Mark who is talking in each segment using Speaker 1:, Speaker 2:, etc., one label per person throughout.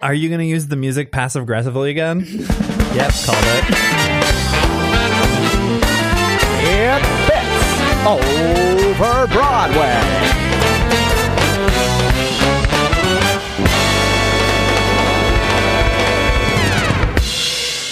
Speaker 1: Are you going to use the music passive aggressively again? yep, called it.
Speaker 2: It's over Broadway.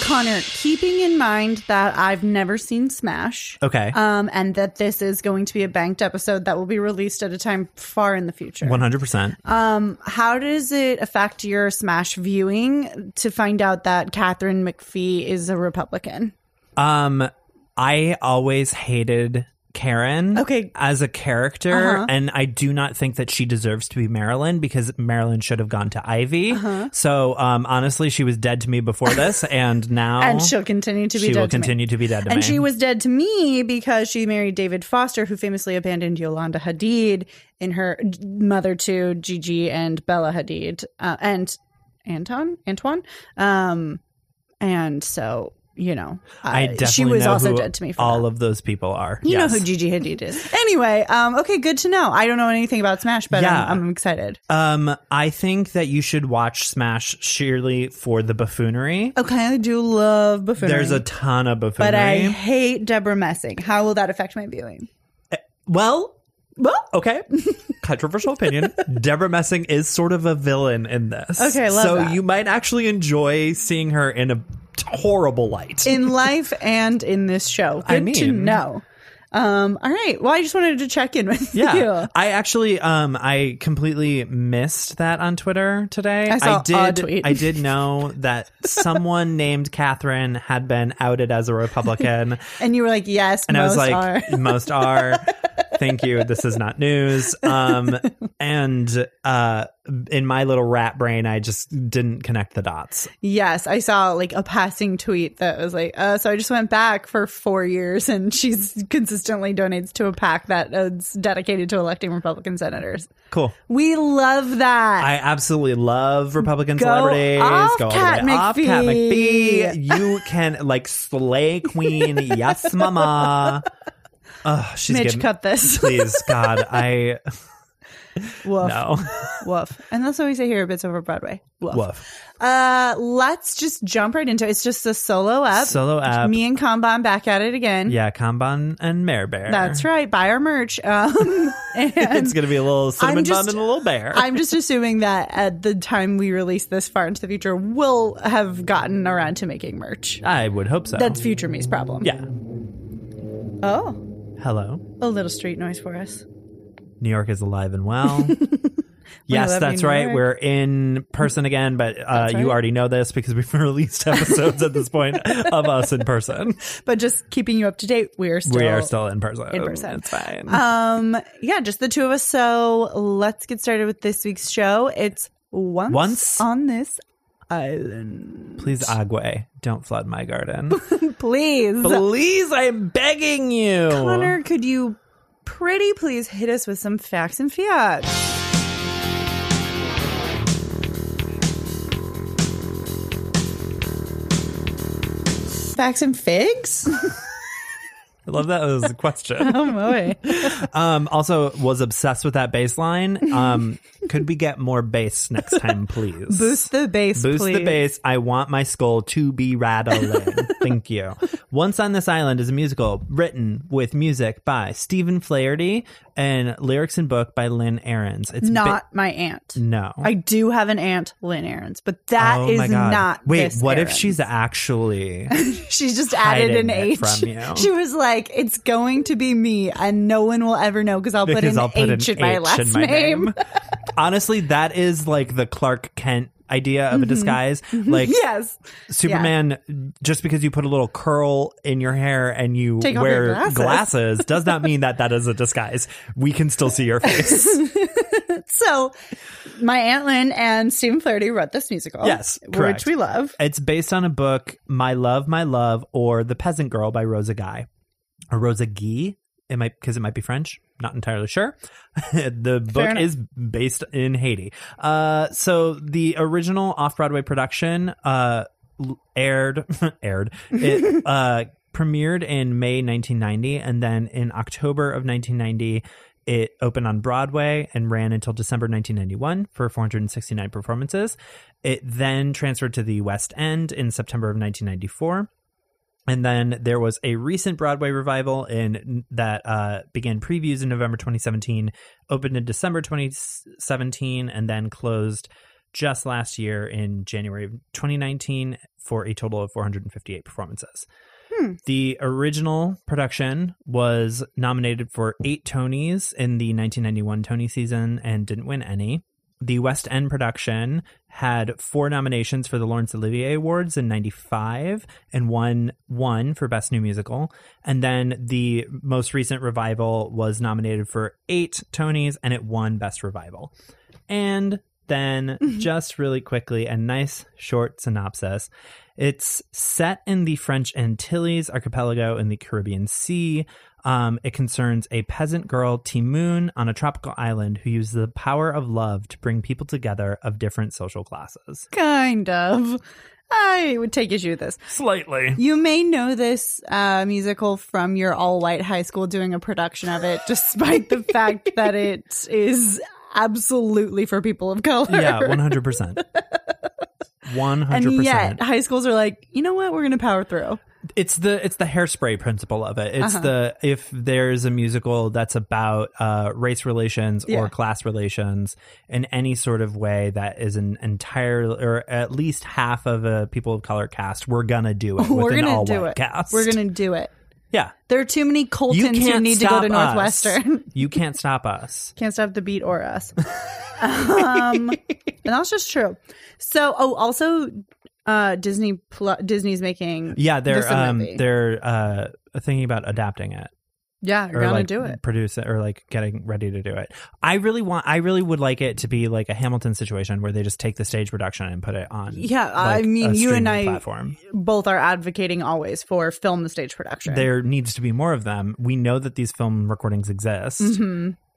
Speaker 3: Connor, keeping in mind that I've never seen Smash.
Speaker 1: Okay.
Speaker 3: Um, and that this is going to be a banked episode that will be released at a time far in the future.
Speaker 1: 100%.
Speaker 3: uh, How does it affect your Smash viewing to find out that Catherine McPhee is a Republican?
Speaker 1: Um, I always hated Karen.
Speaker 3: Okay. Uh-huh.
Speaker 1: As a character, and I do not think that she deserves to be Marilyn because Marilyn should have gone to Ivy.
Speaker 3: Uh-huh.
Speaker 1: So, um, honestly, she was dead to me before this, and now
Speaker 3: and she'll continue to be
Speaker 1: Oh. she
Speaker 3: dead
Speaker 1: will
Speaker 3: to me.
Speaker 1: continue to be dead to
Speaker 3: and
Speaker 1: me.
Speaker 3: she was dead to me because she married David Foster, who famously abandoned Yolanda Hadid in her mother to Gigi and Bella Hadid uh, and Anton Antoine. Um, and so you know,
Speaker 1: I
Speaker 3: uh,
Speaker 1: definitely
Speaker 3: she was
Speaker 1: know
Speaker 3: also
Speaker 1: who
Speaker 3: dead to me. For
Speaker 1: all
Speaker 3: that.
Speaker 1: of those people are.
Speaker 3: you
Speaker 1: yes.
Speaker 3: know who Gigi Hadid is. Anyway, um, okay, good to know. I don't know anything about Smash, but
Speaker 1: Yeah.
Speaker 3: I'm, I'm excited.
Speaker 1: Um, I think that you should watch Smash sheerly for the buffoonery.
Speaker 3: Okay, I do love buffoonery.
Speaker 1: There's a ton of buffoonery.
Speaker 3: but I hate Deborah Messing. How will that affect my viewing?
Speaker 1: well,
Speaker 3: Well,
Speaker 1: okay, controversial opinion. Deborah Messing is sort of a villain in this.
Speaker 3: Okay, love
Speaker 1: so
Speaker 3: that.
Speaker 1: you might actually enjoy seeing her in a horrible light.
Speaker 3: in life and in this show. Good
Speaker 1: I
Speaker 3: to
Speaker 1: mean-
Speaker 3: know. Um, all right. Well, I just wanted to check in with
Speaker 1: yeah,
Speaker 3: you.
Speaker 1: I actually, um, I completely missed that on Twitter today.
Speaker 3: I saw a
Speaker 1: did,
Speaker 3: tweet.
Speaker 1: I did know that someone named Catherine had been outed as a Republican.
Speaker 3: And you were like, yes,
Speaker 1: and I was
Speaker 3: most
Speaker 1: like,
Speaker 3: are.
Speaker 1: most are. Thank you. This is not news. Um, and uh, in my little rat brain, I just didn't connect the dots.
Speaker 3: yes, I saw like a passing tweet that was like, uh, so I just went back for four years and she's consistently donates to a PAC that is dedicated to electing Republican senators.
Speaker 1: Cool.
Speaker 3: We love that.
Speaker 1: I absolutely love Republican
Speaker 3: Go
Speaker 1: celebrities.
Speaker 3: off,
Speaker 1: all the
Speaker 3: Kat
Speaker 1: way off, Kat
Speaker 3: McPhee.
Speaker 1: McPhee. You can like slay queen. yes, mama. Oh, she's
Speaker 3: Mitch,
Speaker 1: giving-
Speaker 3: cut this.
Speaker 1: Please, God, I
Speaker 3: Woof.
Speaker 1: no.
Speaker 3: Woof. And that's what we say here at Bits Over Broadway. Woof.
Speaker 1: Woof.
Speaker 3: Uh, let's just jump right into it. It's just a solo app.
Speaker 1: Solo app.
Speaker 3: Me and Kanban back at it again.
Speaker 1: Yeah, Kanban and Mare Bear.
Speaker 3: That's right. Buy our merch. Um, and
Speaker 1: It's gonna be a little cinnamon
Speaker 3: just-
Speaker 1: bun and a little bear.
Speaker 3: I'm just assuming that at the time we release this far into the future, we'll have gotten around to making merch.
Speaker 1: I would hope so.
Speaker 3: That's future me's problem.
Speaker 1: yeah.
Speaker 3: Oh,
Speaker 1: Hello.
Speaker 3: a little street noise for us.
Speaker 1: New York is alive and well. yes,
Speaker 3: love
Speaker 1: that's
Speaker 3: you, New
Speaker 1: right.
Speaker 3: York.
Speaker 1: We're in person again, but uh,
Speaker 3: right.
Speaker 1: you already know this because we've released episodes at this point of us in person.
Speaker 3: But just keeping you up to date, we're still.
Speaker 1: we are still in person.
Speaker 3: in person.
Speaker 1: It's fine.
Speaker 3: Um, yeah, just the two of us. So let's get started with this week's show. It's once,
Speaker 1: Once-
Speaker 3: on this island.
Speaker 1: Please, Agwe, don't flood my garden.
Speaker 3: Please.
Speaker 1: Please, I'm begging you.
Speaker 3: Connor, could you pretty please hit us with some facts and fiat? Facts and figs?
Speaker 1: I love that as a question.
Speaker 3: Oh boy.
Speaker 1: Um, also, was obsessed with that bass line. Um, could we get more bass next time, please?
Speaker 3: Boost the bass,
Speaker 1: Boost
Speaker 3: please.
Speaker 1: the bass. I want my skull to be rattling. Thank you. Once on This Island is a musical written with music by Stephen Flaherty and lyrics and book by Lynn Ahrens. It's ba-
Speaker 3: Not my aunt.
Speaker 1: no.
Speaker 3: I do have an aunt, Lynn Aarons, but that
Speaker 1: Oh
Speaker 3: is
Speaker 1: my God.
Speaker 3: not.
Speaker 1: Wait,
Speaker 3: this
Speaker 1: what if
Speaker 3: Aarons.
Speaker 1: she's actually
Speaker 3: She just added an
Speaker 1: hiding it
Speaker 3: H.
Speaker 1: from you?
Speaker 3: She was like, "It's going to be me, and no one will ever know because I'll put
Speaker 1: because
Speaker 3: an
Speaker 1: I'll put
Speaker 3: H
Speaker 1: an
Speaker 3: in my
Speaker 1: H
Speaker 3: last
Speaker 1: in my
Speaker 3: name.
Speaker 1: name. Honestly, that is like the Clark Kent idea of
Speaker 3: Mm-hmm.
Speaker 1: a disguise. Like
Speaker 3: yes,
Speaker 1: Superman, just because you put a little curl in your hair and you
Speaker 3: Take off your
Speaker 1: wear
Speaker 3: glasses.
Speaker 1: glasses does not mean that that is a disguise. We can still see your face.
Speaker 3: So, my aunt Lynn and Stephen Flaherty wrote this musical.
Speaker 1: Yes,
Speaker 3: which
Speaker 1: correct.
Speaker 3: we love.
Speaker 1: It's based on a book, My Love, My Love, or The Peasant Girl by Rosa Guy. Or Rosa Guy. It might because it might be French. Not entirely sure. the book
Speaker 3: enough.
Speaker 1: is based in Haiti. Uh, so the original off-Broadway production uh, l- aired aired it uh, premiered in May 1990, and then in October of 1990. It opened on Broadway and ran until December 1991 for 469 performances. It then transferred to the West End in September of 1994. And then there was a recent Broadway revival in that uh, began previews in November 2017, opened in December 2017, and then closed just last year in January of 2019 for a total of 458 performances. The original production was nominated for eight Tonys in the 1991 Tony season and didn't win any. The West End production had four nominations for the Laurence Olivier Awards in 95 and won one for Best New Musical. And then the most recent revival was nominated for eight Tonys and it won Best Revival. And then, just really quickly, a nice short synopsis. It's set in the French Antilles archipelago in the Caribbean Sea. Um, it concerns a peasant girl, Timoun, on a tropical island who uses the power of love to bring people together of different social classes.
Speaker 3: Kind of. I would take issue with this.
Speaker 1: Slightly.
Speaker 3: You may know this uh, musical from your all white high school doing a production of it, despite the fact that it is absolutely for people of color.
Speaker 1: Yeah, 100%. 100%.
Speaker 3: And yet, high schools are like, you know what? We're going to power through.
Speaker 1: it's the it's the hairspray principle of it.
Speaker 3: Uh-huh.
Speaker 1: It's the if there's a musical that's about uh, race relations
Speaker 3: Yeah.
Speaker 1: or class relations in any sort of way that is an entire or at least half of a people of color cast, we're gonna do it.
Speaker 3: We're
Speaker 1: with an
Speaker 3: going
Speaker 1: all
Speaker 3: to do
Speaker 1: white
Speaker 3: it.
Speaker 1: Cast.
Speaker 3: We're going to do it.
Speaker 1: yeah.
Speaker 3: There are too many Coltons who need to go
Speaker 1: stop us.
Speaker 3: to Northwestern.
Speaker 1: you can't stop us.
Speaker 3: Can't stop the beat or us. um, and that's just true. So, oh, also, uh, Disney Plu- Disney's making
Speaker 1: Yeah,
Speaker 3: this
Speaker 1: they're
Speaker 3: a
Speaker 1: um
Speaker 3: movie.
Speaker 1: they're uh thinking about adapting it.
Speaker 3: yeah, you're
Speaker 1: or
Speaker 3: gonna
Speaker 1: like
Speaker 3: do it.
Speaker 1: produce it or like getting ready to do it i really want i really would like it to be like a hamilton situation where they just take the stage production and put it on
Speaker 3: Yeah, I
Speaker 1: like,
Speaker 3: mean,
Speaker 1: a
Speaker 3: you and
Speaker 1: streaming
Speaker 3: I
Speaker 1: platform
Speaker 3: both are advocating always for film the stage production.
Speaker 1: there needs to be more of them we know that these film recordings exist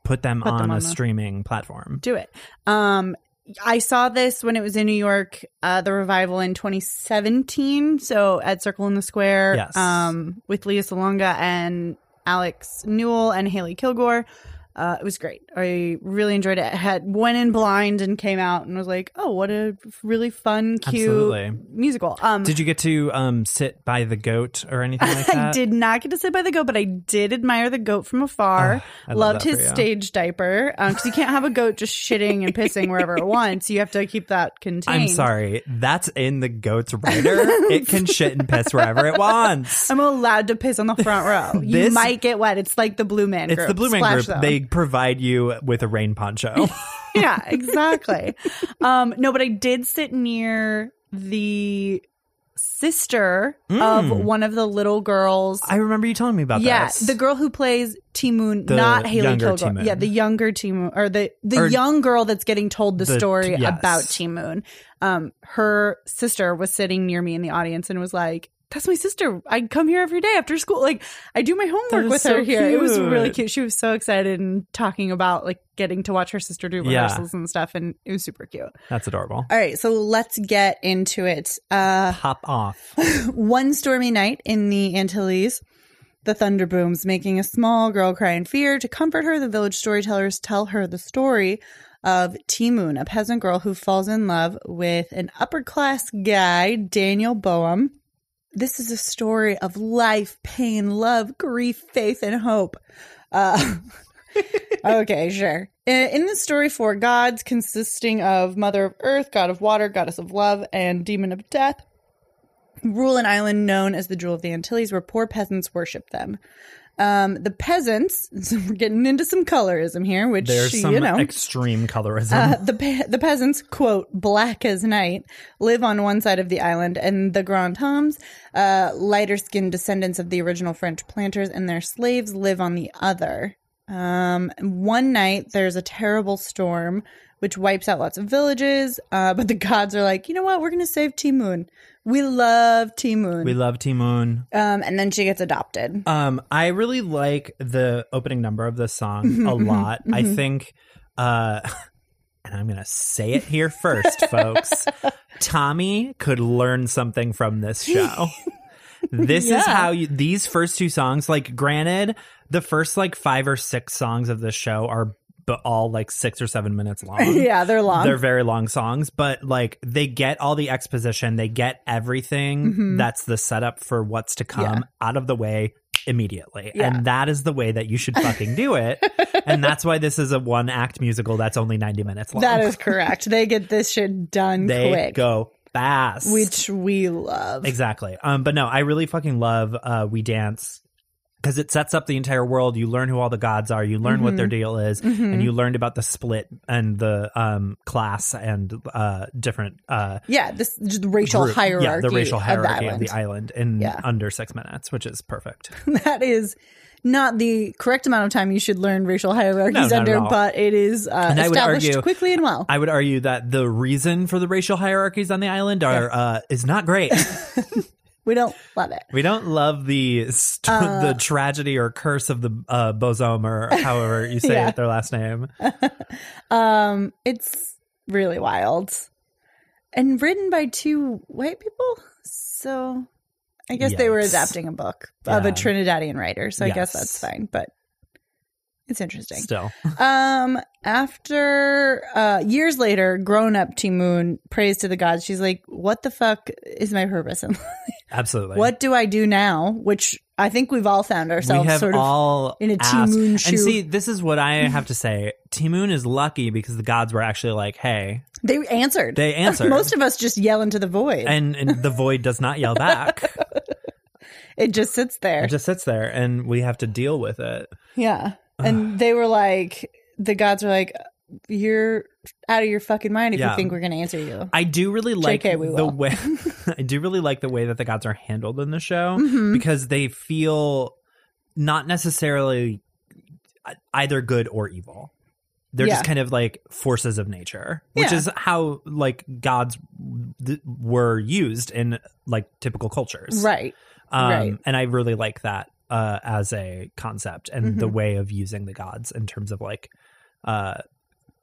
Speaker 1: put them on
Speaker 3: Mm-hmm. on
Speaker 1: a
Speaker 3: the-
Speaker 1: streaming platform
Speaker 3: do it. Um, I saw this when it was in New York, uh, the revival in 2017. So at Circle in the Square,
Speaker 1: Yes.
Speaker 3: um, with Leah Salonga and Alex Newell and Haley Kilgore. Uh, it was great. I really enjoyed it. I had went in blind and came out and was like, oh, what a really fun, cute
Speaker 1: Absolutely.
Speaker 3: musical. Um,
Speaker 1: did you get to um sit by the goat or anything like that
Speaker 3: I did not get to sit by the goat, but I did admire the goat from afar.
Speaker 1: Oh, I love
Speaker 3: Loved
Speaker 1: that for
Speaker 3: his
Speaker 1: you.
Speaker 3: stage diaper because you can't have a goat just shitting and pissing wherever it wants. You have to keep that contained.
Speaker 1: I'm sorry. That's in the goat's rider. it can shit and piss wherever it wants.
Speaker 3: I'm allowed to piss on the front row. you
Speaker 1: This-
Speaker 3: might get wet. It's like the Blue Man
Speaker 1: It's
Speaker 3: Group.
Speaker 1: the Blue Man
Speaker 3: Splash
Speaker 1: Group.
Speaker 3: Zone.
Speaker 1: They provide you with a rain poncho.
Speaker 3: yeah, exactly. um, no, but I did sit near the sister of one of the little girls
Speaker 1: Hmm. I remember you telling me about
Speaker 3: Yeah,
Speaker 1: this.
Speaker 3: the girl who plays Timoon,
Speaker 1: The
Speaker 3: not Haley
Speaker 1: younger
Speaker 3: Kilgore.
Speaker 1: Timoon.
Speaker 3: Yeah, the younger Timoon, or the the
Speaker 1: Or-
Speaker 3: young girl that's getting told the,
Speaker 1: The-
Speaker 3: story
Speaker 1: yes.
Speaker 3: about Timoon. Um, her sister was sitting near me in the audience and was like, "That's my sister. I come here every day after school. Like, I do my homework
Speaker 1: is
Speaker 3: with
Speaker 1: so
Speaker 3: her here. It was really
Speaker 1: cute.
Speaker 3: cute. She was so excited and talking about like getting to watch her sister do
Speaker 1: Yeah.
Speaker 3: rehearsals and stuff, and it was super cute.
Speaker 1: That's adorable.
Speaker 3: All right, so let's get into it. Uh,
Speaker 1: Pop off.
Speaker 3: one stormy night in the Antilles, the thunder booms, making a small girl cry in fear. To comfort her, the village storytellers tell her the story of Timoon, a peasant girl who falls in love with an upper class guy, Daniel Boehm. This is a story of life, pain, love, grief, faith, and hope. Uh, okay, sure. In, in the story, four gods consisting of Mother of Earth, God of Water, Goddess of Love, and Demon of Death rule an island known as the Jewel of the Antilles, where poor peasants worship them. Um, the peasants, so we're getting into some colorism here, which
Speaker 1: There's some
Speaker 3: you know,
Speaker 1: extreme colorism.
Speaker 3: uh, the pe- the peasants, quote, black as night, live on one side of the island, and the Grand Hommes, uh, lighter skinned descendants of the original French planters, and their slaves live on the other. Um, one night, there's a terrible storm which wipes out lots of villages, uh, but the gods are like, you know what? We're going to save Timoon. We love Timoon.
Speaker 1: we love Timoon.
Speaker 3: um, and then she gets adopted.
Speaker 1: Um, I really like the opening number of this song a lot. I think, uh, and I'm gonna say it here first, folks. Tommy could learn something from this show. This
Speaker 4: Yeah.
Speaker 1: is how you, these first two songs, like, granted, the first like five or six songs of this show are but all like six or seven minutes long.
Speaker 3: yeah, they're long.
Speaker 1: Um, They're very long songs, but like they get all the exposition, they get everything
Speaker 3: Mm-hmm.
Speaker 1: that's the setup for what's to come out of the way immediately.
Speaker 3: Yeah.
Speaker 1: And that is the way that you should fucking do it. and that's why this is a one act musical that's only 90 minutes long.
Speaker 3: that is correct. They get this shit done
Speaker 1: they
Speaker 3: quick,
Speaker 1: go fast.
Speaker 3: which we love.
Speaker 1: Exactly. Um, but no, I really fucking love uh, We Dance because it sets up the entire world. You learn who all the gods are. You learn what
Speaker 3: Mm-hmm.
Speaker 1: their deal is, and you learned about the split and the um, class and uh, different uh,
Speaker 3: Yeah, this the racial
Speaker 1: group-
Speaker 3: hierarchy.
Speaker 1: Yeah, the racial
Speaker 3: of
Speaker 1: hierarchy
Speaker 3: the
Speaker 1: of, the
Speaker 3: island.
Speaker 1: island in
Speaker 3: Yeah.
Speaker 1: under six minutes, which is perfect.
Speaker 3: that is not the correct amount of time you should learn racial
Speaker 1: No,
Speaker 3: hierarchies
Speaker 1: not at
Speaker 3: under,
Speaker 1: all.
Speaker 3: but it is uh,
Speaker 1: And I would
Speaker 3: established
Speaker 1: argue-
Speaker 3: quickly and well.
Speaker 1: I would argue that the reason for the racial hierarchies on the island are uh, is not great.
Speaker 3: we don't love it.
Speaker 1: we don't love the st-
Speaker 3: Uh,
Speaker 1: the tragedy or curse of the uh, bosom or however you say
Speaker 3: Yeah.
Speaker 1: it, their last name.
Speaker 3: Um, it's really wild, and written by two white people. So, I guess they were
Speaker 1: Yikes.
Speaker 3: adapting a book of a
Speaker 1: Yeah.
Speaker 3: Trinidadian writer. So I
Speaker 1: Yes.
Speaker 3: guess that's fine, but it's interesting.
Speaker 1: Still.
Speaker 3: Um, after uh, years later, grown up Timoon prays to the gods. She's like, "What the fuck is my purpose? in life?
Speaker 1: Absolutely.
Speaker 3: what do I do now?" Which I think we've all found ourselves
Speaker 1: we have
Speaker 3: sort of.
Speaker 1: all
Speaker 3: in a
Speaker 1: asked.
Speaker 3: Ti-moon shoe.
Speaker 1: And see, this is what I have to say. Timoon is lucky because the gods were actually like, "Hey,"
Speaker 3: they answered.
Speaker 1: They answered.
Speaker 3: Most of us just yell into the void.
Speaker 1: and, and the void does not yell back.
Speaker 3: it just sits there.
Speaker 1: it just sits there, and we have to deal with it.
Speaker 3: yeah. And they were like, the gods were like, "You're out of your fucking mind if you
Speaker 1: Yeah.
Speaker 3: think we're going to answer you."
Speaker 1: I do really like
Speaker 3: JK, we
Speaker 1: the
Speaker 3: will.
Speaker 1: way I do really like the way that the gods are handled in the show
Speaker 3: Mm-hmm.
Speaker 1: because they feel not necessarily e-, either good or evil. They're
Speaker 3: Yeah.
Speaker 1: just kind of like forces of nature, which
Speaker 3: Yeah.
Speaker 1: is how like gods th- were used in like typical cultures.
Speaker 3: right.
Speaker 1: Um,
Speaker 3: right.
Speaker 1: And I really like that uh, as a concept and
Speaker 3: Mm-hmm.
Speaker 1: the way of using the gods in terms of like uh,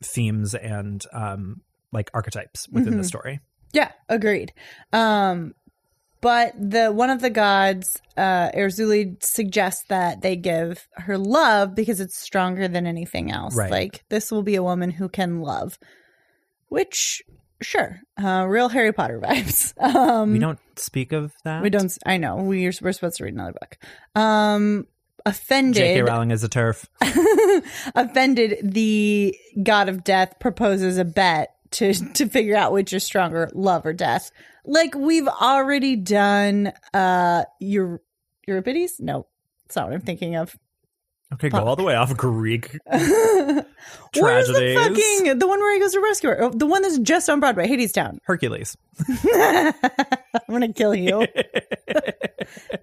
Speaker 1: themes and um, like archetypes within
Speaker 3: Mm-hmm.
Speaker 1: the story.
Speaker 3: Yeah, agreed. Um, but the one of the gods, uh, Erzuli, suggests that they give her love because it's stronger than anything else.
Speaker 1: Right.
Speaker 3: Like this will be a woman who can love, which sure, uh, real Harry Potter vibes. Um,
Speaker 1: we don't speak of that.
Speaker 3: we don't. I know we're we're supposed to read another book. Um,
Speaker 1: J.K.
Speaker 3: offended,
Speaker 1: Rowling is a turf.
Speaker 3: offended. The god of death proposes a bet to to figure out which is stronger, love or death. Like we've already done. Uh, your Euripides? No, that's not what I'm thinking of.
Speaker 1: Okay, go all the way off Greek.
Speaker 3: Where's the
Speaker 1: Tragedies.
Speaker 3: fucking the one where he goes to rescue her? Oh, the one that's just on Broadway, Hades Town.
Speaker 1: Hercules
Speaker 3: I'm gonna kill you.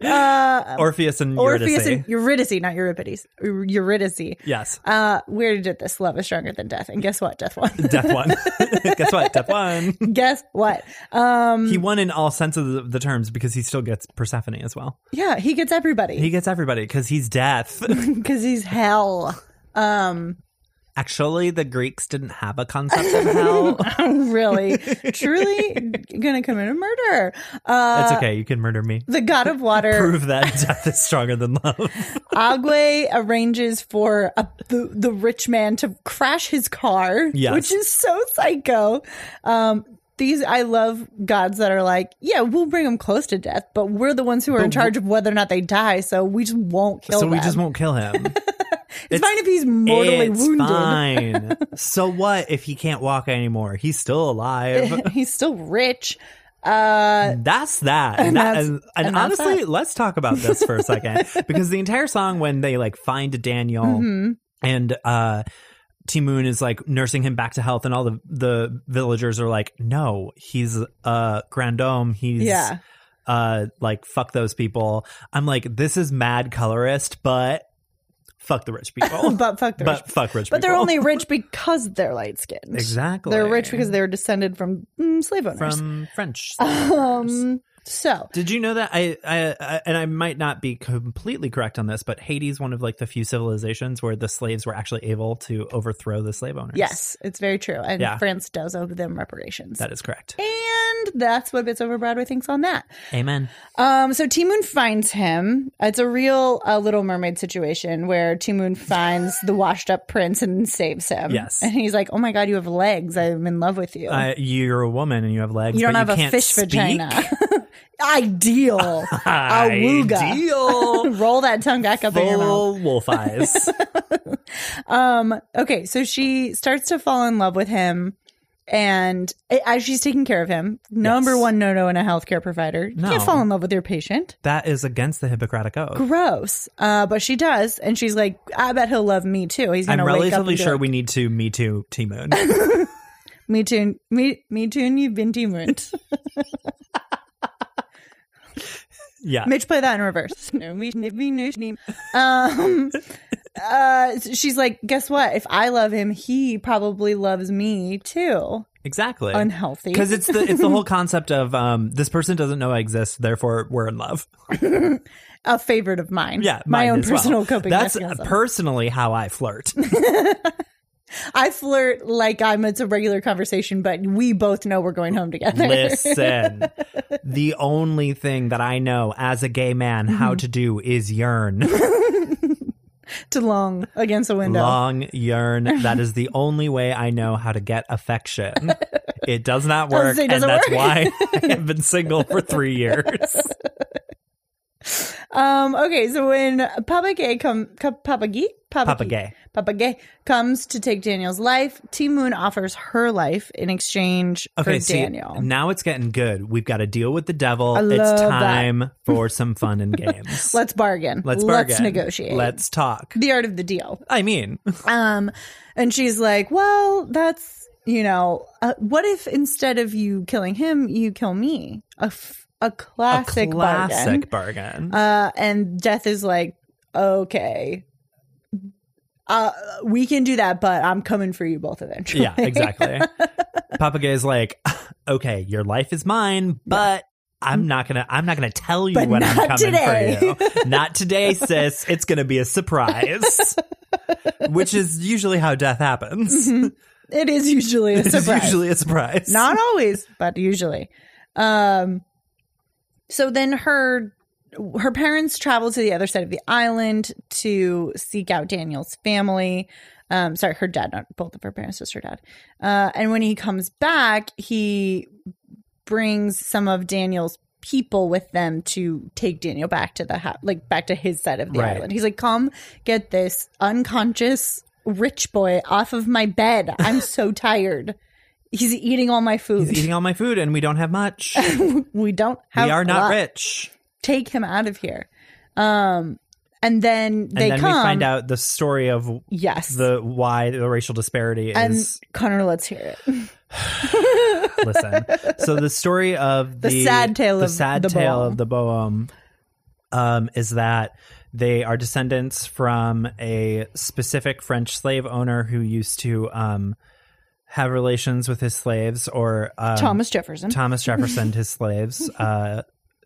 Speaker 3: uh,
Speaker 1: Orpheus and Eurydice.
Speaker 3: Orpheus and Eurydice, not Euripides. Eu- Eurydice.
Speaker 1: yes.
Speaker 3: Uh, we already did this. Love is stronger than death, and guess what? Death won.
Speaker 1: Death one. Guess what? Death one.
Speaker 3: guess what? Um,
Speaker 1: He won in all senses of the terms because he still gets Persephone as well.
Speaker 3: yeah, he gets
Speaker 1: He
Speaker 3: everybody
Speaker 1: gets everybody because he's death.
Speaker 3: because he's hell. Um,
Speaker 1: Actually, the Greeks didn't have a concept of hell.
Speaker 3: really, truly gonna commit a murder. Uh,
Speaker 1: That's okay. You can murder me.
Speaker 3: the god of water,
Speaker 1: Prove that death is stronger than love.
Speaker 3: Agwe, arranges for a, the the rich man to crash his car,
Speaker 1: Yes.
Speaker 3: which is so psycho. Um, these I love gods that are like, yeah, we'll bring them close to death, but we're the ones who are in charge of whether or not they die, so we just won't kill
Speaker 1: so
Speaker 3: them.
Speaker 1: we just won't kill him.
Speaker 3: It's, fine if he's mortally
Speaker 1: it's
Speaker 3: wounded.
Speaker 1: fine. so what if he can't walk anymore? He's still alive.
Speaker 3: He's still rich. Uh,
Speaker 1: That's that. And, that-
Speaker 3: that's-
Speaker 1: and-
Speaker 3: and
Speaker 1: and
Speaker 3: that's
Speaker 1: honestly,
Speaker 3: that.
Speaker 1: let's talk about this for a second because the entire song when they like find Daniel
Speaker 3: Mm-hmm.
Speaker 1: and uh Timoon is like nursing him back to health and all the the villagers are like, "No, he's uh grandome. He's
Speaker 3: Yeah.
Speaker 1: uh like fuck those people." I'm like, "This is mad colorist, but fuck the rich people."
Speaker 3: but fuck the
Speaker 1: but
Speaker 3: rich.
Speaker 1: fuck rich
Speaker 3: But they're
Speaker 1: people.
Speaker 3: only rich because they're light skinned.
Speaker 1: Exactly.
Speaker 3: They're rich because they were descended from mm, slave owners.
Speaker 1: from French.
Speaker 3: um, So
Speaker 1: Did you know that I, I, I and I might not be completely correct on this, but Haiti's one of like the few civilizations where the slaves were actually able to overthrow the slave owners.
Speaker 3: yes, it's very true, and
Speaker 1: Yeah.
Speaker 3: France does owe them reparations.
Speaker 1: that is correct.
Speaker 3: and that's what Bits Over Broadway thinks on that.
Speaker 1: Amen.
Speaker 3: Um, so Timoon finds him. It's a real uh, Little Mermaid situation where Timoon finds the washed up prince and saves him.
Speaker 1: Yes.
Speaker 3: and he's like, "Oh my god, you have legs! I'm in love with you.
Speaker 1: Uh, you're a woman and you have legs.
Speaker 3: you don't
Speaker 1: but
Speaker 3: have a
Speaker 1: can't
Speaker 3: fish
Speaker 1: speak?
Speaker 3: vagina. Ideal, awooga.
Speaker 1: Ideal.
Speaker 3: Roll that tongue back up in your mouth.
Speaker 1: Full wolf eyes.
Speaker 3: Um, okay, so she starts to fall in love with him. And as she's taking care of him, number
Speaker 1: Yes.
Speaker 3: one no no in a healthcare provider. You
Speaker 1: No.
Speaker 3: can't fall in love with your patient.
Speaker 1: that is against the Hippocratic Oath.
Speaker 3: gross. Uh, but she does, and she's like, I bet he'll love me too. He's
Speaker 1: I'm
Speaker 3: gonna wake up
Speaker 1: relatively
Speaker 3: and be
Speaker 1: sure
Speaker 3: like,
Speaker 1: we need to Me Too T Moon.
Speaker 3: me too, me me too, and you've been demoned.
Speaker 1: Yeah.
Speaker 3: Mitch, play that in reverse. No, me, me, me, me, me. Um, uh, she's like, guess what? If I love him, he probably loves me too.
Speaker 1: Exactly.
Speaker 3: Unhealthy.
Speaker 1: Because it's the it's the whole concept of um this person doesn't know I exist, therefore we're in love.
Speaker 3: a favorite of mine.
Speaker 1: Yeah,
Speaker 3: my
Speaker 1: mine
Speaker 3: own
Speaker 1: as well.
Speaker 3: personal coping
Speaker 1: That's
Speaker 3: mechanism.
Speaker 1: personally how I flirt.
Speaker 3: I flirt like I'm. It's a regular conversation, but we both know we're going home together.
Speaker 1: Listen, the only thing that I know as a gay man
Speaker 3: Mm-hmm.
Speaker 1: how to do is yearn,
Speaker 3: to long against a window.
Speaker 1: long yearn. That is the only way I know how to get affection. It does not
Speaker 3: Doesn't
Speaker 1: work,
Speaker 3: say it doesn't
Speaker 1: and that's
Speaker 3: work.
Speaker 1: why I have been single for three years.
Speaker 3: Um. Okay. So when Papa Gay come, come Papa Gay,
Speaker 1: Papa Gay.
Speaker 3: Papa Gay comes to take Daniel's life, T Moon offers her life in exchange
Speaker 1: Okay,
Speaker 3: for
Speaker 1: see,
Speaker 3: Daniel.
Speaker 1: now it's getting good. We've got to deal with the devil.
Speaker 3: love
Speaker 1: it's
Speaker 3: that.
Speaker 1: time for some fun and games.
Speaker 3: Let's bargain.
Speaker 1: Let's bargain.
Speaker 3: Let's negotiate.
Speaker 1: Let's talk.
Speaker 3: the art of the deal.
Speaker 1: I mean,
Speaker 3: Um. And she's like, "Well, that's you know, uh, what if instead of you killing him, you kill me? A f- a classic,
Speaker 1: a classic
Speaker 3: bargain.
Speaker 1: bargain.
Speaker 3: Uh. And Death is like, okay." Uh, we can do that, but I'm coming for you both eventually.
Speaker 1: yeah, exactly. Papa Gay's like, okay, your life is mine, but I'm not gonna. I'm not gonna tell you
Speaker 3: But
Speaker 1: when I'm
Speaker 3: not
Speaker 1: coming
Speaker 3: today."
Speaker 1: for you. Not today, sis. It's gonna be a surprise, which is usually how death happens.
Speaker 3: It is usually a
Speaker 1: It's
Speaker 3: Mm-hmm. surprise.
Speaker 1: usually a surprise.
Speaker 3: Not always, but usually. Um, so then her her parents travel to the other side of the island to seek out Daniel's family. Um, sorry, her dad, not both of her parents, just her dad. Uh, and when he comes back, he brings some of Daniel's people with them to take Daniel back to the house, like back to his side of the
Speaker 1: Right.
Speaker 3: island. He's like, "Come get this unconscious rich boy off of my bed. I'm so tired. He's eating all my food.
Speaker 1: He's eating all my food, and we don't have much.
Speaker 3: we don't have.
Speaker 1: we are not
Speaker 3: luck.
Speaker 1: rich.
Speaker 3: Take him out of here." Um, and then they
Speaker 1: and then
Speaker 3: come.
Speaker 1: we find out the story of
Speaker 3: yes.
Speaker 1: the why the racial disparity
Speaker 3: and
Speaker 1: is. Um,
Speaker 3: Connor, let's hear it.
Speaker 1: listen. So the story of
Speaker 3: The
Speaker 1: the,
Speaker 3: sad tale
Speaker 1: the
Speaker 3: of
Speaker 1: sad
Speaker 3: the
Speaker 1: tale
Speaker 3: Boam.
Speaker 1: of the Boam um, is that they are descendants from a specific French slave owner who used to um, have relations with his slaves or um,
Speaker 3: Thomas Jefferson.
Speaker 1: Thomas Jefferson his slaves uh,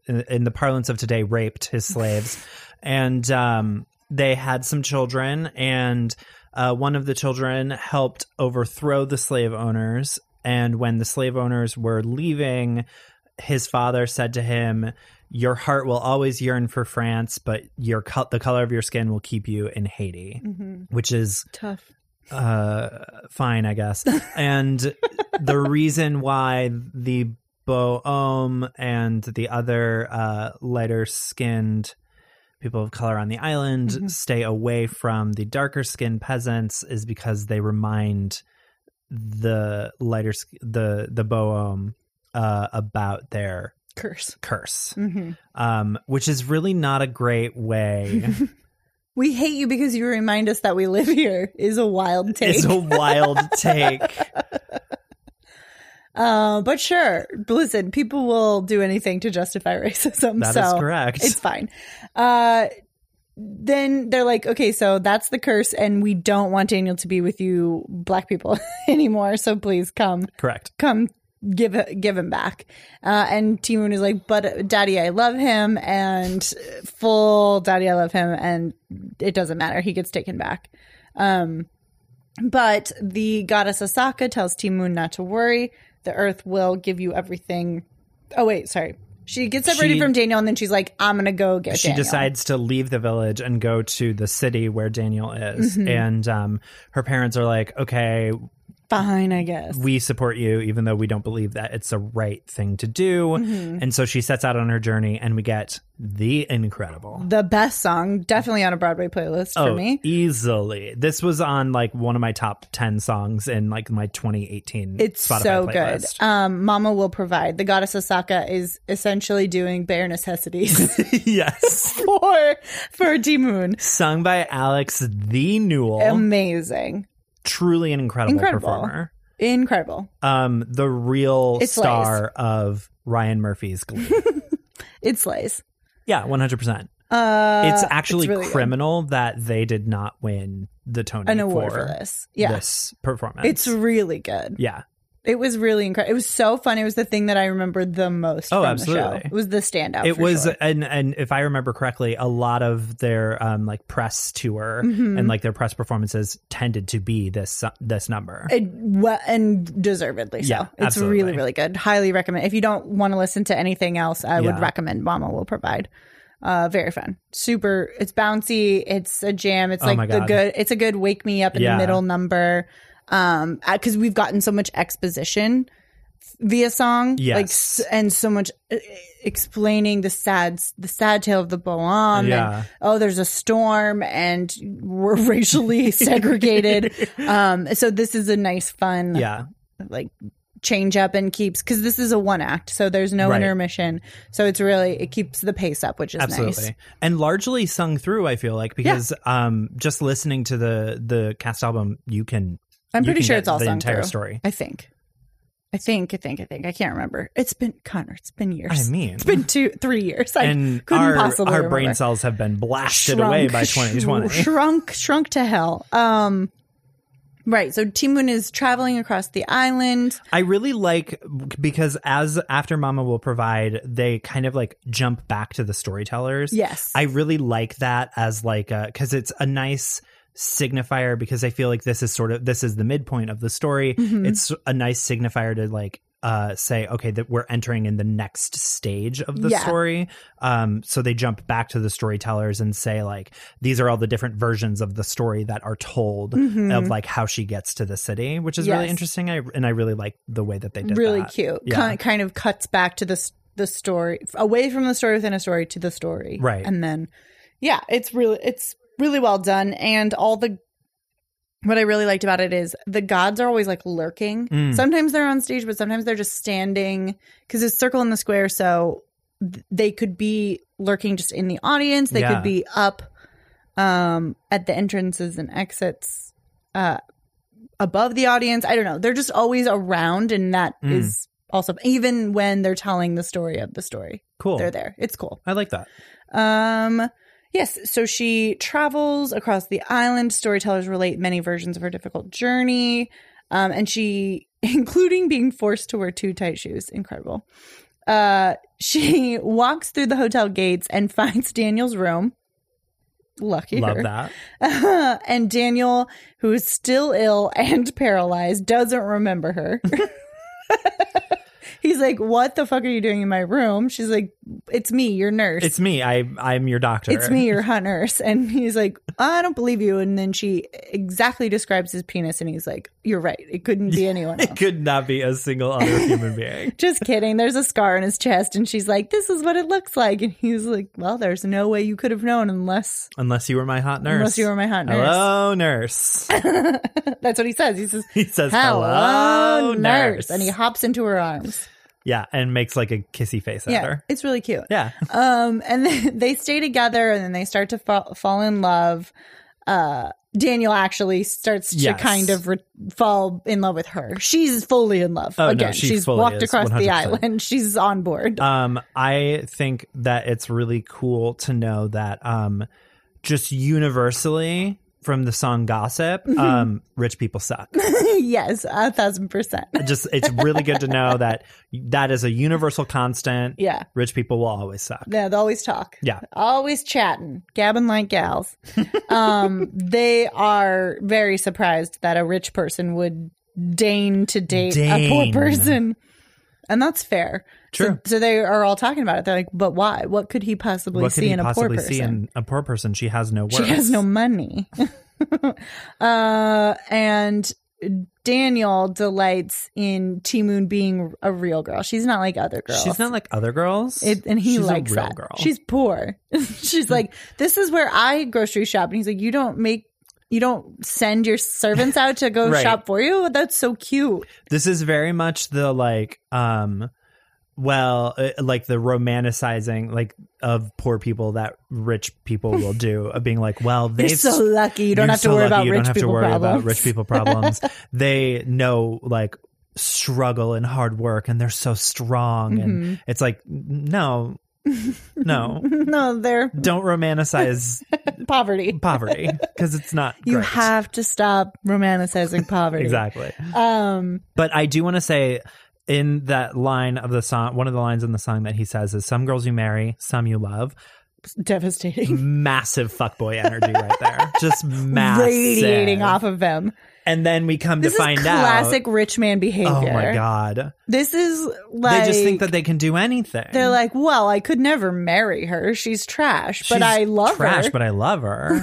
Speaker 1: in, in the parlance of today raped his slaves and um, they had some children and uh, one of the children helped overthrow the slave owners and when the slave owners were leaving his father said to him your heart will always yearn for France but your co- the color of your skin will keep you in Haiti which is
Speaker 3: Tough.
Speaker 1: uh fine i guess and the reason why the boom and the other uh lighter skinned people of color on the island
Speaker 3: Mm-hmm.
Speaker 1: stay away from the darker skinned peasants is because they remind the lighter sk- the the boom uh about their
Speaker 3: Curse.
Speaker 1: curse
Speaker 3: hmm
Speaker 1: um which is really not a great way
Speaker 3: We hate you because you remind us that we live here. Is a wild take.
Speaker 1: it's a wild take
Speaker 3: Uh, but sure, listen, people will do anything to justify racism.
Speaker 1: That is
Speaker 3: so
Speaker 1: correct
Speaker 3: It's fine. Uh, then they're like, okay, so that's the curse, and we don't want Daniel to be with you, black people, anymore. So please come,
Speaker 1: correct
Speaker 3: come give give him back. Uh, and Timoon is like, but Daddy, I love him, and full Daddy, I love him, and it doesn't matter. He gets taken back. Um, but the goddess Asaka tells Timoon not to worry. The Earth will give you everything. Oh wait, sorry. She gets separated
Speaker 1: She-
Speaker 3: from Daniel, and then she's like, "I'm gonna go get."
Speaker 1: she
Speaker 3: Daniel.
Speaker 1: decides to leave the village and go to the city where Daniel is.
Speaker 3: Mm-hmm.
Speaker 1: And um, her parents are like, okay,
Speaker 3: fine, I guess.
Speaker 1: we support you, even though we don't believe that it's the right thing to do.
Speaker 3: Mm-hmm.
Speaker 1: And so she sets out on her journey, and we get the incredible.
Speaker 3: the best song, definitely on a Broadway playlist for
Speaker 1: Oh,
Speaker 3: me.
Speaker 1: easily. This was on like one of my top 10 songs in like my 2018
Speaker 3: It's
Speaker 1: Spotify
Speaker 3: so
Speaker 1: playlist.
Speaker 3: good. Um, Mama will provide. The goddess Osaka is essentially doing bare necessities
Speaker 1: yes.
Speaker 3: for for D Moon.
Speaker 1: Sung by Alex the Newell.
Speaker 3: Amazing,
Speaker 1: Truly an incredible,
Speaker 3: Incredible.
Speaker 1: performer.
Speaker 3: incredible.
Speaker 1: Um, the real
Speaker 3: It slays.
Speaker 1: star of Ryan Murphy's Glee.
Speaker 3: It slays.
Speaker 1: yeah, 100%.
Speaker 3: Uh,
Speaker 1: it's actually
Speaker 3: really good.
Speaker 1: criminal that they did not win the Tony
Speaker 3: an award for,
Speaker 1: for
Speaker 3: this. Yeah,
Speaker 1: this performance.
Speaker 3: it's really good.
Speaker 1: yeah,
Speaker 3: It was really incredible. It was so fun. It was the thing that I remembered the most.
Speaker 1: Oh,
Speaker 3: from The
Speaker 1: absolutely.
Speaker 3: show. It was the standout.
Speaker 1: it
Speaker 3: Oh, for
Speaker 1: was
Speaker 3: sure.
Speaker 1: and and if I remember correctly, a lot of their um like press tour
Speaker 3: Mm-hmm.
Speaker 1: and like their press performances tended to be this this number.
Speaker 3: It, well, and deservedly so.
Speaker 1: Yeah,
Speaker 3: it's really,
Speaker 1: absolutely.
Speaker 3: really good. Highly recommend. If you don't want to listen to anything else, I would
Speaker 1: Yeah.
Speaker 3: recommend Mama Will Provide. Uh, very fun. Super. It's bouncy. It's a jam. It's
Speaker 1: Oh my
Speaker 3: like the
Speaker 1: God.
Speaker 3: good. It's a good wake me up in
Speaker 1: Yeah.
Speaker 3: the middle number. Um, because we've gotten so much exposition via song.
Speaker 1: Yes.
Speaker 3: Like s- and so much uh, explaining the sad the sad tale of the Boam.
Speaker 1: Yeah.
Speaker 3: And, oh, there's a storm and we're racially segregated. um, so this is a nice, fun
Speaker 1: yeah,
Speaker 3: like change up and keeps because this is a one act, so there's no
Speaker 1: Right.
Speaker 3: intermission. So it's really it keeps the pace up, which is
Speaker 1: absolutely,
Speaker 3: nice.
Speaker 1: and largely sung through. I feel like because um just listening to the the cast album, you can.
Speaker 3: I'm
Speaker 1: you
Speaker 3: pretty
Speaker 1: can
Speaker 3: sure
Speaker 1: get
Speaker 3: it's all
Speaker 1: the
Speaker 3: sung
Speaker 1: entire
Speaker 3: through.
Speaker 1: story.
Speaker 3: I think. I think, I think, I think. I can't remember. It's been Connor. It's been years.
Speaker 1: I mean,
Speaker 3: it's been two, three years. I
Speaker 1: and
Speaker 3: couldn't
Speaker 1: our
Speaker 3: possibly
Speaker 1: our brain
Speaker 3: remember.
Speaker 1: cells have been blasted
Speaker 3: Shrunk,
Speaker 1: away by
Speaker 3: sh-
Speaker 1: 2020.
Speaker 3: Shrunk, shrunk to hell. Um, right. So Timun is traveling across the island.
Speaker 1: I really like because as after Mama will provide, they kind of like jump back to the storytellers.
Speaker 3: Yes.
Speaker 1: I really like that as like because it's a nice signifier because I feel like this is sort of this is the midpoint of the story.
Speaker 3: Mm-hmm.
Speaker 1: It's a nice signifier to like uh say okay that we're entering in the next stage of the
Speaker 3: Yeah.
Speaker 1: story um so they jump back to the storytellers and say like these are all the different versions of the story that are told
Speaker 3: Mm-hmm.
Speaker 1: of like how she gets to the city which is really
Speaker 3: Yes.
Speaker 1: interesting I, and i really like the way that they did
Speaker 3: really
Speaker 1: that.
Speaker 3: cute.
Speaker 1: Yeah.
Speaker 3: Kind, kind of cuts back to the s- the story away from the story within a story to the story,
Speaker 1: Right.
Speaker 3: And then, yeah, it's really it's really well done, and all the. What I really liked about it is the gods are always like lurking.
Speaker 1: Mm.
Speaker 3: Sometimes they're on stage, but sometimes they're just standing because it's circle in the square. So th- they could be lurking just in the audience. They
Speaker 1: Yeah.
Speaker 3: could be up um, at the entrances and exits uh, above the audience. I don't know. They're just always around, and that
Speaker 1: Hmm.
Speaker 3: is also even when they're telling the story of the story.
Speaker 1: Cool.
Speaker 3: they're there. It's cool.
Speaker 1: i like that
Speaker 3: Um, yes. So she travels across the island. Storytellers relate many versions of her difficult journey, um, and she, including being forced to wear two tight shoes, incredible. Uh, she walks through the hotel gates and finds Daniel's room. Lucky
Speaker 1: love
Speaker 3: her.
Speaker 1: that
Speaker 3: and Daniel, who is still ill and paralyzed, doesn't remember her. He's like, "What the fuck are you doing in my room?" She's like, "It's me, your nurse.
Speaker 1: it's me i i'm your doctor
Speaker 3: It's me, your hunt nurse. And he's like, I don't believe you. And then she exactly describes his penis, and he's like, You're right. It couldn't be anyone else.
Speaker 1: could not be a single other human being
Speaker 3: Just kidding. There's a scar on his chest. And she's like, This is what it looks like. And he's like, Well, there's no way you could have known unless
Speaker 1: unless you were my hot nurse
Speaker 3: unless you were my hot nurse.
Speaker 1: hello nurse
Speaker 3: That's what he says. He says,
Speaker 1: he says
Speaker 3: Hello, nurse. And he
Speaker 1: nurse.
Speaker 3: hops into her arms.
Speaker 1: yeah and makes like a kissy face at
Speaker 3: Yeah.
Speaker 1: her
Speaker 3: It's really cute.
Speaker 1: yeah
Speaker 3: Um, and then they stay together and then they start to fall, fall in love. Uh, Daniel actually starts
Speaker 1: Yes.
Speaker 3: to kind of re- fall in love with her. She's fully in love.
Speaker 1: Oh, no,
Speaker 3: Again,
Speaker 1: she
Speaker 3: she's
Speaker 1: fully
Speaker 3: walked
Speaker 1: is,
Speaker 3: across the
Speaker 1: 100%.
Speaker 3: island. She's on board.
Speaker 1: um i think that it's really cool to know that um just universally from the song Gossip,
Speaker 3: Mm-hmm.
Speaker 1: um, rich people suck.
Speaker 3: yes, a thousand percent.
Speaker 1: Just it's really good to know that that is a universal constant.
Speaker 3: Yeah.
Speaker 1: Rich people will always suck.
Speaker 3: Yeah, they always talk.
Speaker 1: Yeah.
Speaker 3: Always chatting, gabbing like gals. um, they are very surprised that a rich person would deign to date a
Speaker 1: Deign.
Speaker 3: poor person. And that's fair.
Speaker 1: True.
Speaker 3: So, so they are all talking about it. They're like, but why? What could he possibly
Speaker 1: What could
Speaker 3: see
Speaker 1: he
Speaker 3: in a poor
Speaker 1: possibly
Speaker 3: person?
Speaker 1: see in a poor person? She has no worth.
Speaker 3: She has no money. uh, and Daniel delights in Timoon being a real girl. She's not like other girls.
Speaker 1: She's not like other girls.
Speaker 3: It, and he
Speaker 1: She's
Speaker 3: likes
Speaker 1: a real
Speaker 3: that.
Speaker 1: girl.
Speaker 3: She's poor. She's like, this is where I grocery shop. And he's like, you don't make, you don't send your servants out to go
Speaker 1: Right.
Speaker 3: shop for you. That's so cute.
Speaker 1: this is very much the like um well uh, like the romanticizing like of poor people that rich people will do of being like well
Speaker 3: You're
Speaker 1: they
Speaker 3: so lucky. You don't
Speaker 1: You're
Speaker 3: have to
Speaker 1: so
Speaker 3: worry
Speaker 1: lucky
Speaker 3: about
Speaker 1: you
Speaker 3: rich
Speaker 1: don't have
Speaker 3: people
Speaker 1: to worry
Speaker 3: problems.
Speaker 1: about rich people problems they know like struggle and hard work and they're so strong
Speaker 3: Mm-hmm.
Speaker 1: and it's like no no
Speaker 3: no, they're
Speaker 1: don't romanticize
Speaker 3: poverty.
Speaker 1: poverty because it's not
Speaker 3: You
Speaker 1: great.
Speaker 3: have to stop romanticizing poverty.
Speaker 1: exactly
Speaker 3: Um,
Speaker 1: But I do want to say in that line of the song, one of the lines in the song that he says is some girls you marry, some you love.
Speaker 3: devastating.
Speaker 1: Massive fuckboy energy right there. Just massive.
Speaker 3: Radiating off of them.
Speaker 1: And then we come
Speaker 3: This
Speaker 1: to
Speaker 3: is
Speaker 1: find
Speaker 3: classic rich man
Speaker 1: out.
Speaker 3: behavior.
Speaker 1: Oh my God.
Speaker 3: This is like
Speaker 1: they just think that they can do anything.
Speaker 3: They're like, well, I could never marry her. She's trash, but I love
Speaker 1: trash,
Speaker 3: her.
Speaker 1: but I love her.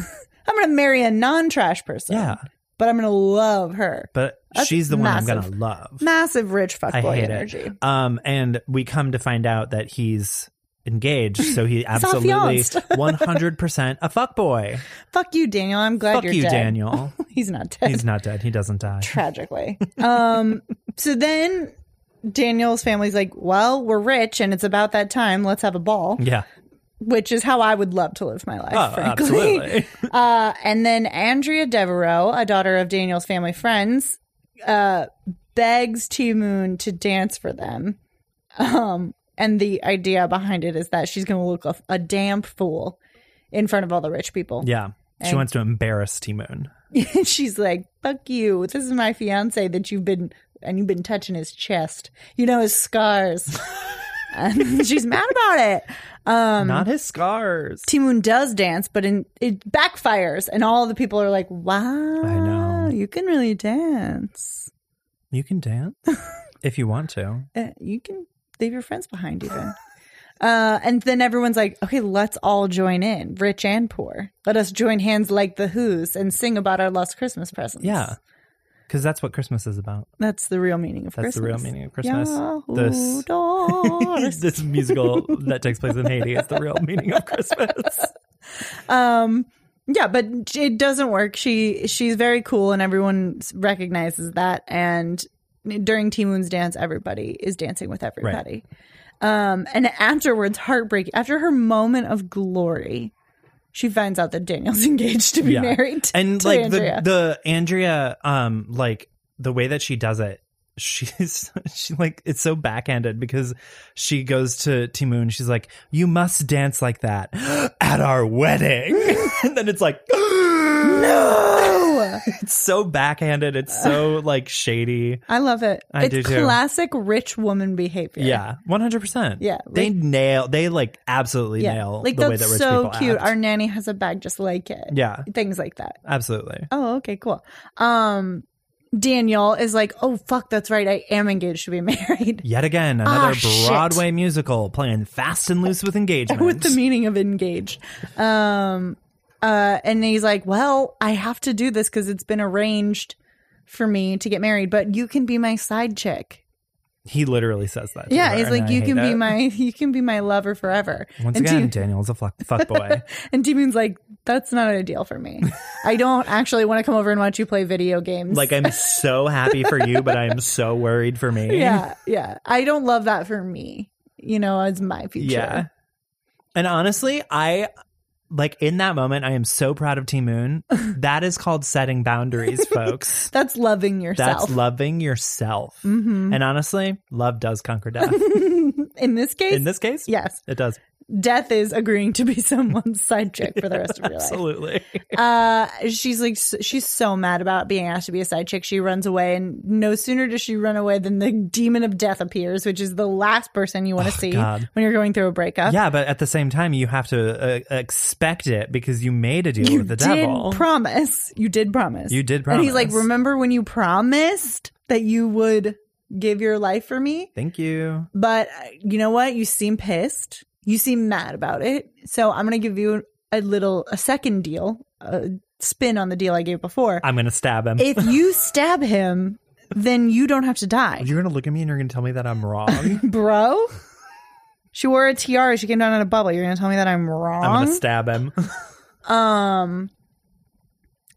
Speaker 3: I'm going to marry a non trash person.
Speaker 1: Yeah.
Speaker 3: But I'm going to love her.
Speaker 1: But
Speaker 3: That's
Speaker 1: she's the one I'm
Speaker 3: massive.
Speaker 1: going to love.
Speaker 3: Massive rich
Speaker 1: I
Speaker 3: fuckboy
Speaker 1: hate
Speaker 3: energy.
Speaker 1: it. Um, and we come to find out that he's engaged, so he absolutely
Speaker 3: fianced.
Speaker 1: 100% a fuckboy.
Speaker 3: Fuck you, Daniel. I'm glad
Speaker 1: Fuck
Speaker 3: you're
Speaker 1: you,
Speaker 3: dead.
Speaker 1: Daniel.
Speaker 3: He's not dead.
Speaker 1: He's not dead. He doesn't die.
Speaker 3: Tragically. um, so then Daniel's family's like, well, we're rich and it's about that time. Let's have a ball,
Speaker 1: Yeah.
Speaker 3: which is how I would love to live my life,
Speaker 1: Oh,
Speaker 3: frankly.
Speaker 1: absolutely.
Speaker 3: Uh, and then Andrea Devereaux, a daughter of Daniel's family friends, uh, begs T Moon to dance for them. Um, and the idea behind it is that she's going to look a, a damn fool in front of all the rich people.
Speaker 1: Yeah. She wants to embarrass Timoon.
Speaker 3: she's like, "Fuck you! This is my fiance that you've been and you've been touching his chest. You know his scars." and she's mad about it. Um,
Speaker 1: Not his scars.
Speaker 3: Timoon does dance, but in, it backfires, and all the people are like, "Wow,
Speaker 1: know.
Speaker 3: you can really dance.
Speaker 1: you can dance if you want to.
Speaker 3: Uh, you can leave your friends behind, even." uh, and then everyone's like, "Okay, let's all join in, rich and poor. Let us join hands like the Who's and sing about our lost Christmas presents."
Speaker 1: Yeah. Because that's what Christmas is about.
Speaker 3: that's the real meaning of
Speaker 1: That's the
Speaker 3: Christmas.
Speaker 1: real meaning of Christmas.
Speaker 3: Yahoo
Speaker 1: This-
Speaker 3: doors.
Speaker 1: this musical that takes place in Haiti is the real meaning of Christmas.
Speaker 3: yeah, but it doesn't work. She she's very cool, and everyone s- recognizes that. And during T Moon's dance, everybody is dancing with everybody. Um, and afterwards, heartbreak. After her moment of glory, she finds out that Daniel's engaged to be
Speaker 1: Yeah.
Speaker 3: married to,
Speaker 1: and
Speaker 3: to
Speaker 1: like
Speaker 3: Andrea.
Speaker 1: the the Andrea um like the way that she does it she's she like it's so backhanded because she goes to Timoon she's like you must dance like that at our wedding and then it's like no it's so backhanded it's so like shady
Speaker 3: I love it.
Speaker 1: I
Speaker 3: it's
Speaker 1: do too.
Speaker 3: classic rich woman behavior.
Speaker 1: yeah 100%
Speaker 3: Yeah,
Speaker 1: they
Speaker 3: like-
Speaker 1: nail they like absolutely
Speaker 3: yeah.
Speaker 1: nail
Speaker 3: like
Speaker 1: the way
Speaker 3: that's
Speaker 1: that rich
Speaker 3: so
Speaker 1: people
Speaker 3: cute.
Speaker 1: act.
Speaker 3: Our nanny has a bag just like it.
Speaker 1: yeah
Speaker 3: things like that.
Speaker 1: absolutely
Speaker 3: Oh, okay, cool. Um, Daniel is like, oh fuck, that's right, I am engaged to be married.
Speaker 1: yet again another
Speaker 3: Ah, shit.
Speaker 1: broadway musical playing fast and loose with engagement
Speaker 3: With the meaning of engaged. Um, uh, and he's like, well, I have to do this because it's been arranged for me to get married, but you can be my side chick.
Speaker 1: He literally says that. to
Speaker 3: Yeah,
Speaker 1: her,
Speaker 3: he's
Speaker 1: and
Speaker 3: like,
Speaker 1: I
Speaker 3: you
Speaker 1: hate
Speaker 3: can be
Speaker 1: it.
Speaker 3: my, you can be my lover forever.
Speaker 1: Once
Speaker 3: and
Speaker 1: again,
Speaker 3: T-
Speaker 1: Daniel's a fuck, fuck boy.
Speaker 3: and Timon's like, that's not ideal for me. I don't actually want to come over and watch you play video games.
Speaker 1: like I'm so happy for you, but I'm so worried for me.
Speaker 3: yeah, yeah. I don't love that for me. You know, as my future.
Speaker 1: yeah. And honestly, I like in that moment, I am so proud of T Moon. That is called setting boundaries, folks.
Speaker 3: That's loving
Speaker 1: That's
Speaker 3: yourself. Mm-hmm.
Speaker 1: loving yourself. And honestly, love does conquer death.
Speaker 3: In this case,
Speaker 1: in this case,
Speaker 3: yes.
Speaker 1: it does.
Speaker 3: death is agreeing to be someone's side chick for the rest of your life.
Speaker 1: Absolutely.
Speaker 3: Uh, she's like, s- she's so mad about being asked to be a side chick. She runs away, and no sooner does she run away than the demon of death appears, which is the last person you want to see
Speaker 1: Oh, God.
Speaker 3: when you're going through a breakup.
Speaker 1: Yeah, but at the same time, you have to uh, expect it because you made a deal
Speaker 3: You
Speaker 1: with the
Speaker 3: did
Speaker 1: devil.
Speaker 3: promise. You did promise.
Speaker 1: You did
Speaker 3: And he's like,
Speaker 1: promise.
Speaker 3: remember when you promised that you would give your life for me?
Speaker 1: Thank you.
Speaker 3: But uh, you know what? You seem pissed. You seem mad about it. So I'm going to give you a little, a second deal, a spin on the deal I gave before.
Speaker 1: I'm gonna stab him.
Speaker 3: if you stab him, then you don't have to die,
Speaker 1: you're gonna look at me and you're gonna tell me that I'm wrong.
Speaker 3: bro. She wore a tiara. She came down in a bubble. You're going to tell me that I'm
Speaker 1: I'm
Speaker 3: wrong?
Speaker 1: gonna stab him.
Speaker 3: um,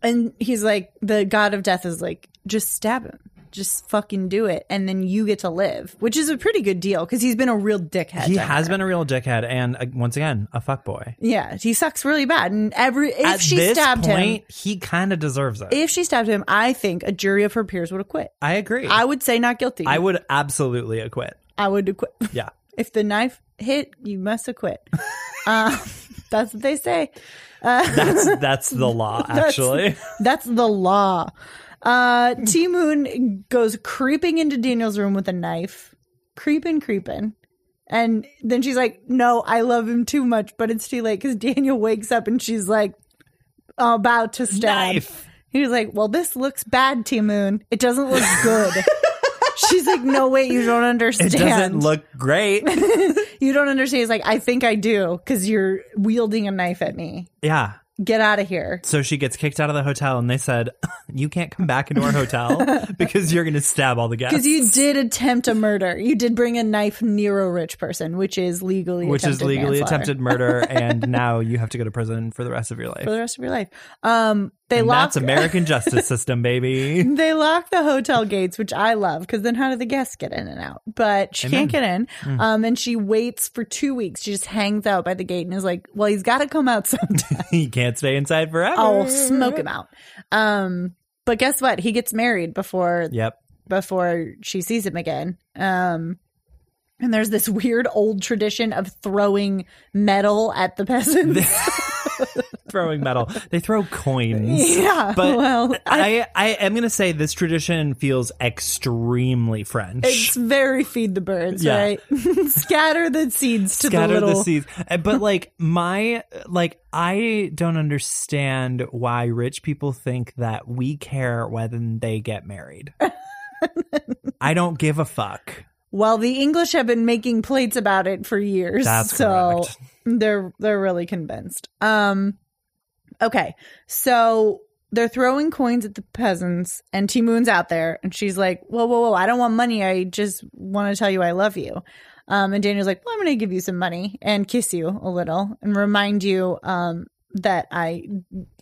Speaker 3: and he's like, the god of death is like, just stab him. Just fucking do it, and then you get to live, which is a pretty good deal because he's been a real dickhead.
Speaker 1: he
Speaker 3: to her.
Speaker 1: has been a real dickhead and uh, once again a fuckboy.
Speaker 3: Yeah, he sucks really bad. And every if
Speaker 1: At
Speaker 3: she
Speaker 1: this
Speaker 3: stabbed
Speaker 1: point,
Speaker 3: him,
Speaker 1: he kind of deserves it.
Speaker 3: if she stabbed him, I think a jury of her peers would acquit.
Speaker 1: I agree.
Speaker 3: I would say not guilty.
Speaker 1: I would absolutely acquit.
Speaker 3: I would acquit.
Speaker 1: Yeah.
Speaker 3: If the knife hit, you must acquit. um, that's what they say.
Speaker 1: That's that's the law actually.
Speaker 3: That's the law. Uh,
Speaker 1: Hmm.
Speaker 3: T Moon goes creeping into Daniel's room with a knife, creeping, creeping. And then she's like, No, I love him too much, but it's too late because Daniel wakes up and she's like, About to stab.
Speaker 1: Knife.
Speaker 3: He was like, Well, this looks bad, T Moon. It doesn't look good. she's like, No, wait, you don't
Speaker 1: It
Speaker 3: understand.
Speaker 1: doesn't look great.
Speaker 3: you don't understand. He's like, I think I do because you're wielding a knife at me.
Speaker 1: yeah.
Speaker 3: Get out of here.
Speaker 1: So she gets kicked out of the hotel and they said, "You can't come back into our hotel because you're going to stab all the guests."
Speaker 3: Because you did attempt a murder. You did bring a knife near a rich person, which is legally
Speaker 1: which is
Speaker 3: attempted
Speaker 1: legally
Speaker 3: manslaughter
Speaker 1: attempted murder and now you have to go to prison for the rest of your life.
Speaker 3: for the rest of your life. Um, they
Speaker 1: And
Speaker 3: lock
Speaker 1: that's American justice system, baby.
Speaker 3: they lock the hotel gates, which I love because then how do the guests get in and out? But she can't get in.
Speaker 1: Hmm.
Speaker 3: Um, and she waits for two weeks. She just hangs out by the gate and is like, "Well, he's got to come out sometime.
Speaker 1: you can't stay inside forever.
Speaker 3: I'll smoke him out." Um, but guess what? He gets married before
Speaker 1: Yep.
Speaker 3: before she sees him again. Um, and there's this weird old tradition of throwing metal at the peasants.
Speaker 1: Throwing metal. They throw coins.
Speaker 3: yeah,
Speaker 1: But
Speaker 3: well,
Speaker 1: I, I am going to say this tradition feels extremely French.
Speaker 3: it's very feed the birds,
Speaker 1: Yeah.
Speaker 3: right? Scatter the seeds to
Speaker 1: Scatter
Speaker 3: the
Speaker 1: the,
Speaker 3: little.
Speaker 1: seeds. Uh, But like my like I don't understand why rich people think that we care when they get married. I don't give a fuck.
Speaker 3: Well, the English have been making plates about it for years,
Speaker 1: That's
Speaker 3: so
Speaker 1: correct.
Speaker 3: they're they're really convinced. Um, okay, so they're throwing coins at the peasants, and T Moon's out there, and she's like, "Whoa, whoa, whoa! I don't want money. I just want to tell you I love you." Um, and Daniel's like, "Well, I'm going to give you some money and kiss you a little and remind you um, that I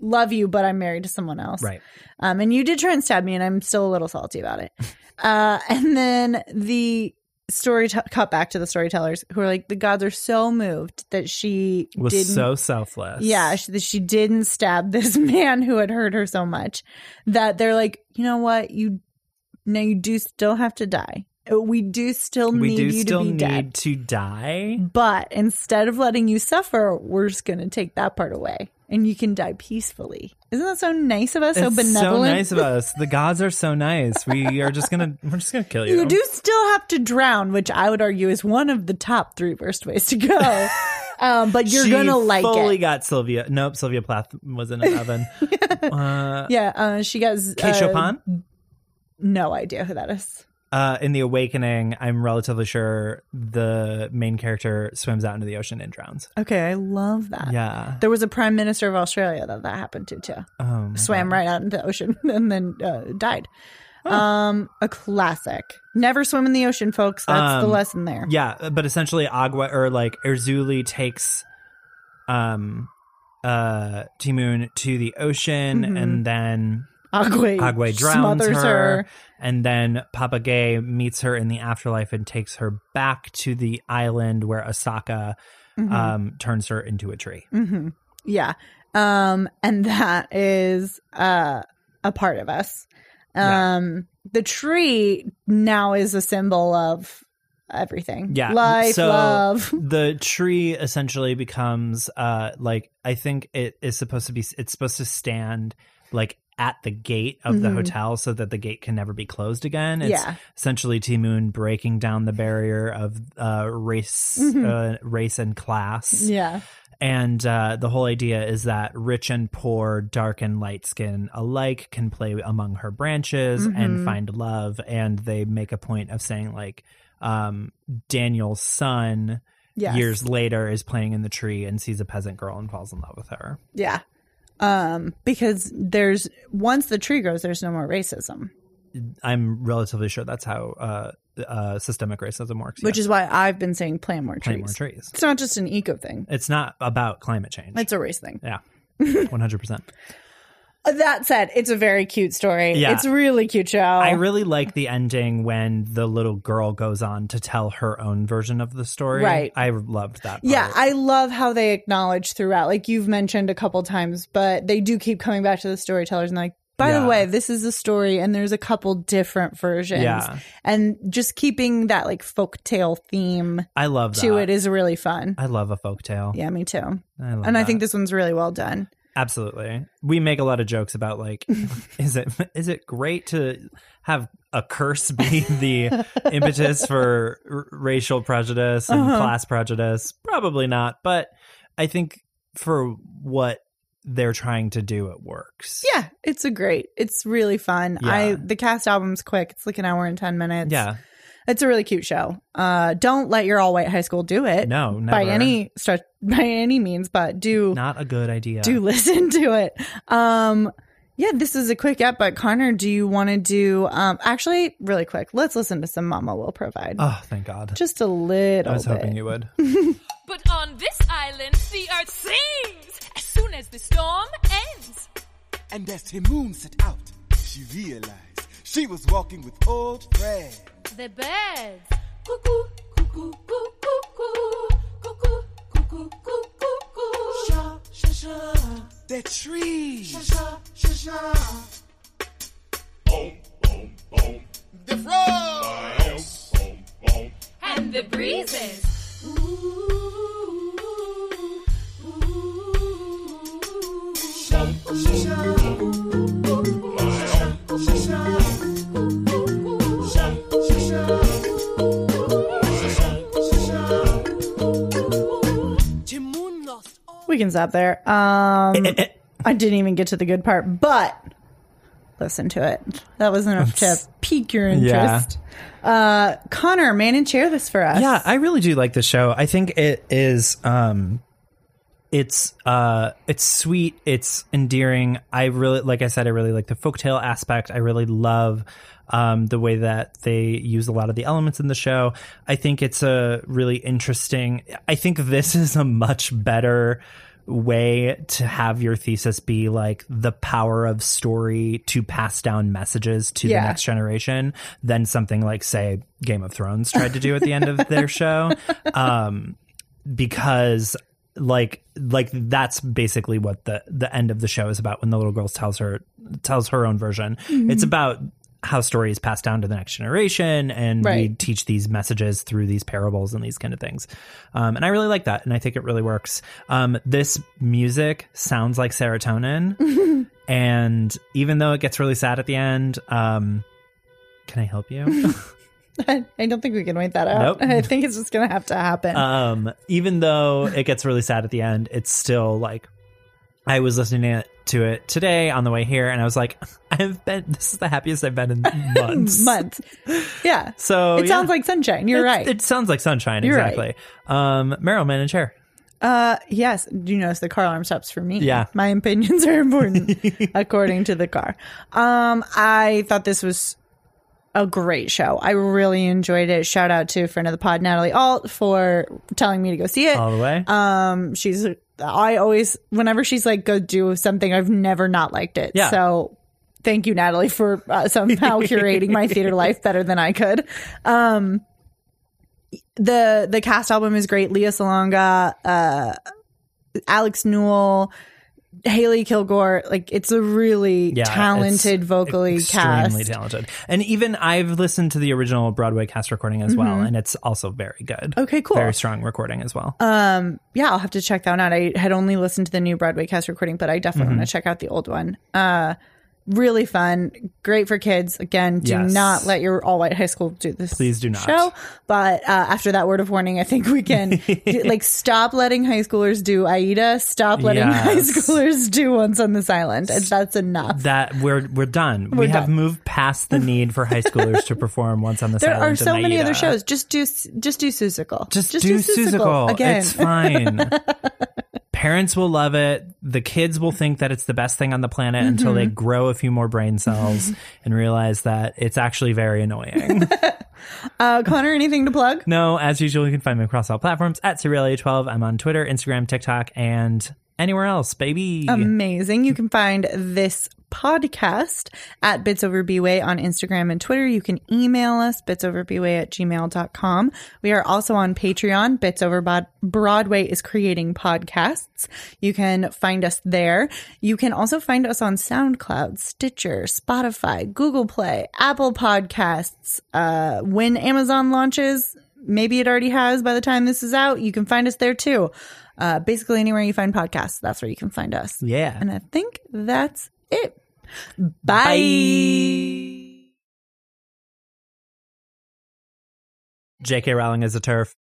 Speaker 3: love you, but I'm married to someone else."
Speaker 1: Right.
Speaker 3: Um, and you did try and stab me, and I'm still a little salty about it. Uh, and then the story t- cut back to the storytellers who are like, the gods are so moved that she
Speaker 1: Was
Speaker 3: didn't.
Speaker 1: so selfless.
Speaker 3: yeah, she, that she didn't stab this man who had hurt her so much that they're like, you know what, you now you do still have to die. We do still
Speaker 1: we
Speaker 3: need
Speaker 1: do
Speaker 3: you
Speaker 1: still
Speaker 3: to be
Speaker 1: need
Speaker 3: dead,
Speaker 1: to die.
Speaker 3: but instead of letting you suffer, we're just going to take that part away, and you can die peacefully. Isn't that so nice of us? so
Speaker 1: It's
Speaker 3: benevolent.
Speaker 1: so nice of us. The gods are so nice. We are just gonna we're just gonna kill you.
Speaker 3: You do still have to drown, which I would argue is one of the top three worst ways to go. um, but you're
Speaker 1: She
Speaker 3: gonna like
Speaker 1: fully
Speaker 3: it.
Speaker 1: got Sylvia. Nope, Sylvia Plath was in an oven. uh,
Speaker 3: yeah, uh, she got z-
Speaker 1: Kay
Speaker 3: uh,
Speaker 1: Chopin?
Speaker 3: No idea who that is.
Speaker 1: Uh, in The Awakening, I'm relatively sure the main character swims out into the ocean and drowns.
Speaker 3: Okay, I love that.
Speaker 1: Yeah.
Speaker 3: There was a prime minister of Australia that that happened to too.
Speaker 1: Um,
Speaker 3: Swam right out into the ocean and then uh, died. Um, a classic. Never swim in the ocean, folks. That's the
Speaker 1: Um,
Speaker 3: lesson there.
Speaker 1: yeah, but essentially Agua or like Erzuli takes um uh Timoon to the ocean and then
Speaker 3: Agwe,
Speaker 1: Agwe drowns
Speaker 3: smothers
Speaker 1: her, and then Papa Gay meets her in the afterlife and takes her back to the island where Asaka
Speaker 3: Mm-hmm.
Speaker 1: um, turns her into a tree.
Speaker 3: Yeah. Um, and that is uh, a part of us. Um, The tree now is a symbol of everything.
Speaker 5: Yeah.
Speaker 3: Life,
Speaker 1: so
Speaker 3: love.
Speaker 1: The tree essentially becomes uh like I think it is supposed to be it's supposed to stand like at the gate of the
Speaker 3: Mhm.
Speaker 1: hotel so that the gate can never be closed again. It's
Speaker 3: Yeah.
Speaker 1: essentially Timoon breaking down the barrier of uh race uh, race and class.
Speaker 3: Mm-hmm. Yeah.
Speaker 1: And uh, the whole idea is that rich and poor, dark and light skin alike can play among her branches
Speaker 3: Mm-hmm.
Speaker 1: and find love. And they make a point of saying, like, um, Daniel's son
Speaker 3: Yes.
Speaker 1: years later is playing in the tree and sees a peasant girl and falls in love with her.
Speaker 3: Yeah. Um, because there's once the tree grows, there's no more racism,
Speaker 1: I'm relatively sure that's how uh, uh, systemic racism works.
Speaker 3: which is why I've been saying plant more
Speaker 1: plant more
Speaker 3: trees.
Speaker 1: trees.
Speaker 3: It's not just an eco thing;
Speaker 1: It's not about climate change.
Speaker 3: it's a race thing.
Speaker 1: yeah, 100%.
Speaker 3: That said, it's a very cute story.
Speaker 1: Yeah.
Speaker 3: It's a really cute show.
Speaker 1: I really like the ending when the little girl goes on to tell her own version of the story.
Speaker 3: Right.
Speaker 1: I loved that. Part.
Speaker 3: yeah, I love how they acknowledge throughout, like you've mentioned a couple times, but they do keep coming back to the storytellers and like, by
Speaker 1: Yeah.
Speaker 3: the way, this is a story and there's a couple different versions.
Speaker 1: Yeah.
Speaker 3: And just keeping that like folktale theme
Speaker 1: I love that.
Speaker 3: to it is really fun.
Speaker 1: I love a folktale.
Speaker 3: Yeah, me too.
Speaker 1: I love
Speaker 3: and I
Speaker 1: that.
Speaker 3: think this one's really well done.
Speaker 1: absolutely. We make a lot of jokes about like, is it is it great to have a curse be the impetus for r- racial prejudice and
Speaker 3: Uh-huh.
Speaker 1: class prejudice? Probably not, but I think for what they're trying to do, it works.
Speaker 3: Yeah, it's a great. It's really fun.
Speaker 1: Yeah.
Speaker 3: I the cast album's quick. It's like an hour and ten minutes.
Speaker 1: Yeah.
Speaker 3: it's a really cute show. Uh, don't let your all white high school do it.
Speaker 1: No, never.
Speaker 3: by any stretch, by any means, but do
Speaker 1: Not a good idea.
Speaker 3: do listen to it. Um, yeah, this is a quick app, but Connor, do you want to do? Um, actually, really quick, let's listen to some Mama Will Provide.
Speaker 1: Oh, thank God.
Speaker 3: Just a little
Speaker 1: I was
Speaker 3: bit.
Speaker 1: hoping you would.
Speaker 6: But on this island, the earth sings as soon as the storm ends.
Speaker 7: And as Timoon set out, she realized she was walking with old friends.
Speaker 6: The birds. Cuckoo, cuckoo, cuckoo, cuckoo, cuckoo, cuckoo, cuckoo, cuckoo. Shaw, shaw, shaw.
Speaker 7: The trees,
Speaker 6: Shaw, shaw, shaw.
Speaker 7: the frogs,
Speaker 6: And the breezes. Ooh, ooh, ooh.
Speaker 7: Timoon lost all.
Speaker 3: We can stop there. Um, I didn't even get to the good part, but listen to it. That was enough to pique your interest. Uh, Connor, man, and chair this for us.
Speaker 1: Yeah, I really do like the show. I think it is um it's uh it's sweet, it's endearing. I really like I said I really like the folktale aspect. I really love um the way that they use a lot of the elements in the show. I think it's a really interesting I think this is a much better way to have your thesis be like the power of story to pass down messages to
Speaker 3: Yeah.
Speaker 1: the next generation than something like say Game of Thrones tried to do at the end of their show um because like like that's basically what the the end of the show is about when the little girl tells her tells her own version it's about how stories pass down to the next generation and we
Speaker 3: Right.
Speaker 1: teach these messages through these parables and these kind of things um, and i really like that and i think it really works um, this music sounds like serotonin and even though it gets really sad at the end um, can i help you
Speaker 3: I don't think we can wait that out.
Speaker 1: Nope.
Speaker 3: I think it's just gonna have to happen.
Speaker 1: um even though it gets really sad at the end it's still like i was listening to it, to it today on the way here and i was like i've been this is the happiest i've been in months
Speaker 3: Month. Yeah.
Speaker 1: so
Speaker 3: it
Speaker 1: yeah.
Speaker 3: sounds like sunshine. You're
Speaker 1: It's-
Speaker 3: right.
Speaker 1: it sounds like sunshine
Speaker 3: You're right.
Speaker 1: exactly um meryl man and chair
Speaker 3: Uh, yes. Do you notice the car alarm stops for me?
Speaker 1: Yeah.
Speaker 3: My opinions are important according to the car. Um, I thought this was a great show. I really enjoyed it. Shout out to friend of the pod, Natalie Alt, for telling me to go see it.
Speaker 1: all the way
Speaker 3: Um, she's, I always, whenever she's like, go do something, I've never not liked it.
Speaker 1: Yeah.
Speaker 3: So thank you, Natalie, for uh, somehow curating my theater life better than I could. Um, the, the cast album is great. Leah Salonga, uh, Alex Newell, Haley Kilgore, like it's a really
Speaker 1: Yeah,
Speaker 3: talented
Speaker 1: it's
Speaker 3: vocally
Speaker 1: extremely
Speaker 3: cast.
Speaker 1: talented. And even I've listened to the original Broadway cast recording as well, and it's also very good.
Speaker 3: Mm-hmm. Okay, cool.
Speaker 1: Very strong recording as well.
Speaker 3: yeah, I'll have to check that one out. I had only listened to the new Broadway cast recording, but I definitely
Speaker 1: Mm-hmm.
Speaker 3: want to check out the old one. Uh, really fun, great for kids. Again, do
Speaker 1: Yes.
Speaker 3: not let your all white high school do this.
Speaker 1: Please do not.
Speaker 3: show. But uh, after that word of warning, I think we can do- like stop letting high schoolers do Aida. Stop letting high
Speaker 1: Yes.
Speaker 3: schoolers do Once on This Island. And that's enough.
Speaker 1: that we're we're done. we
Speaker 3: We're
Speaker 1: have
Speaker 3: done.
Speaker 1: moved past the need for high schoolers to perform once on the
Speaker 3: there
Speaker 1: island.
Speaker 3: are
Speaker 1: and
Speaker 3: so many
Speaker 1: Aida.
Speaker 3: other shows. Just do just do Susical.
Speaker 1: Just, do Susical.
Speaker 3: again.
Speaker 1: It's fine. Parents will love it. The kids will think that it's the best thing on the planet until
Speaker 3: Mm-hmm.
Speaker 1: they grow a few more brain cells and realize that it's actually very annoying.
Speaker 3: Uh, Connor, anything to plug?
Speaker 1: No, as usual, you can find me across all platforms at Cerealia12. I'm on Twitter, Instagram, TikTok, and anywhere else, baby.
Speaker 3: Um, Amazing. You can find this podcast at Bits Over Bway on Instagram and Twitter. You can email us, bitsoverbway at gmail.com. We are also on Patreon. Bits Over Bod- Broadway is creating podcasts. You can find us there. You can also find us on SoundCloud, Stitcher, Spotify, Google Play, Apple Podcasts. Uh, when Amazon launches, maybe it already has by the time this is out, you can find us there too. Uh, basically, anywhere you find podcasts, that's where you can find us.
Speaker 1: Yeah.
Speaker 3: And I think that's it. Bye.
Speaker 1: JK Rowling is a turf.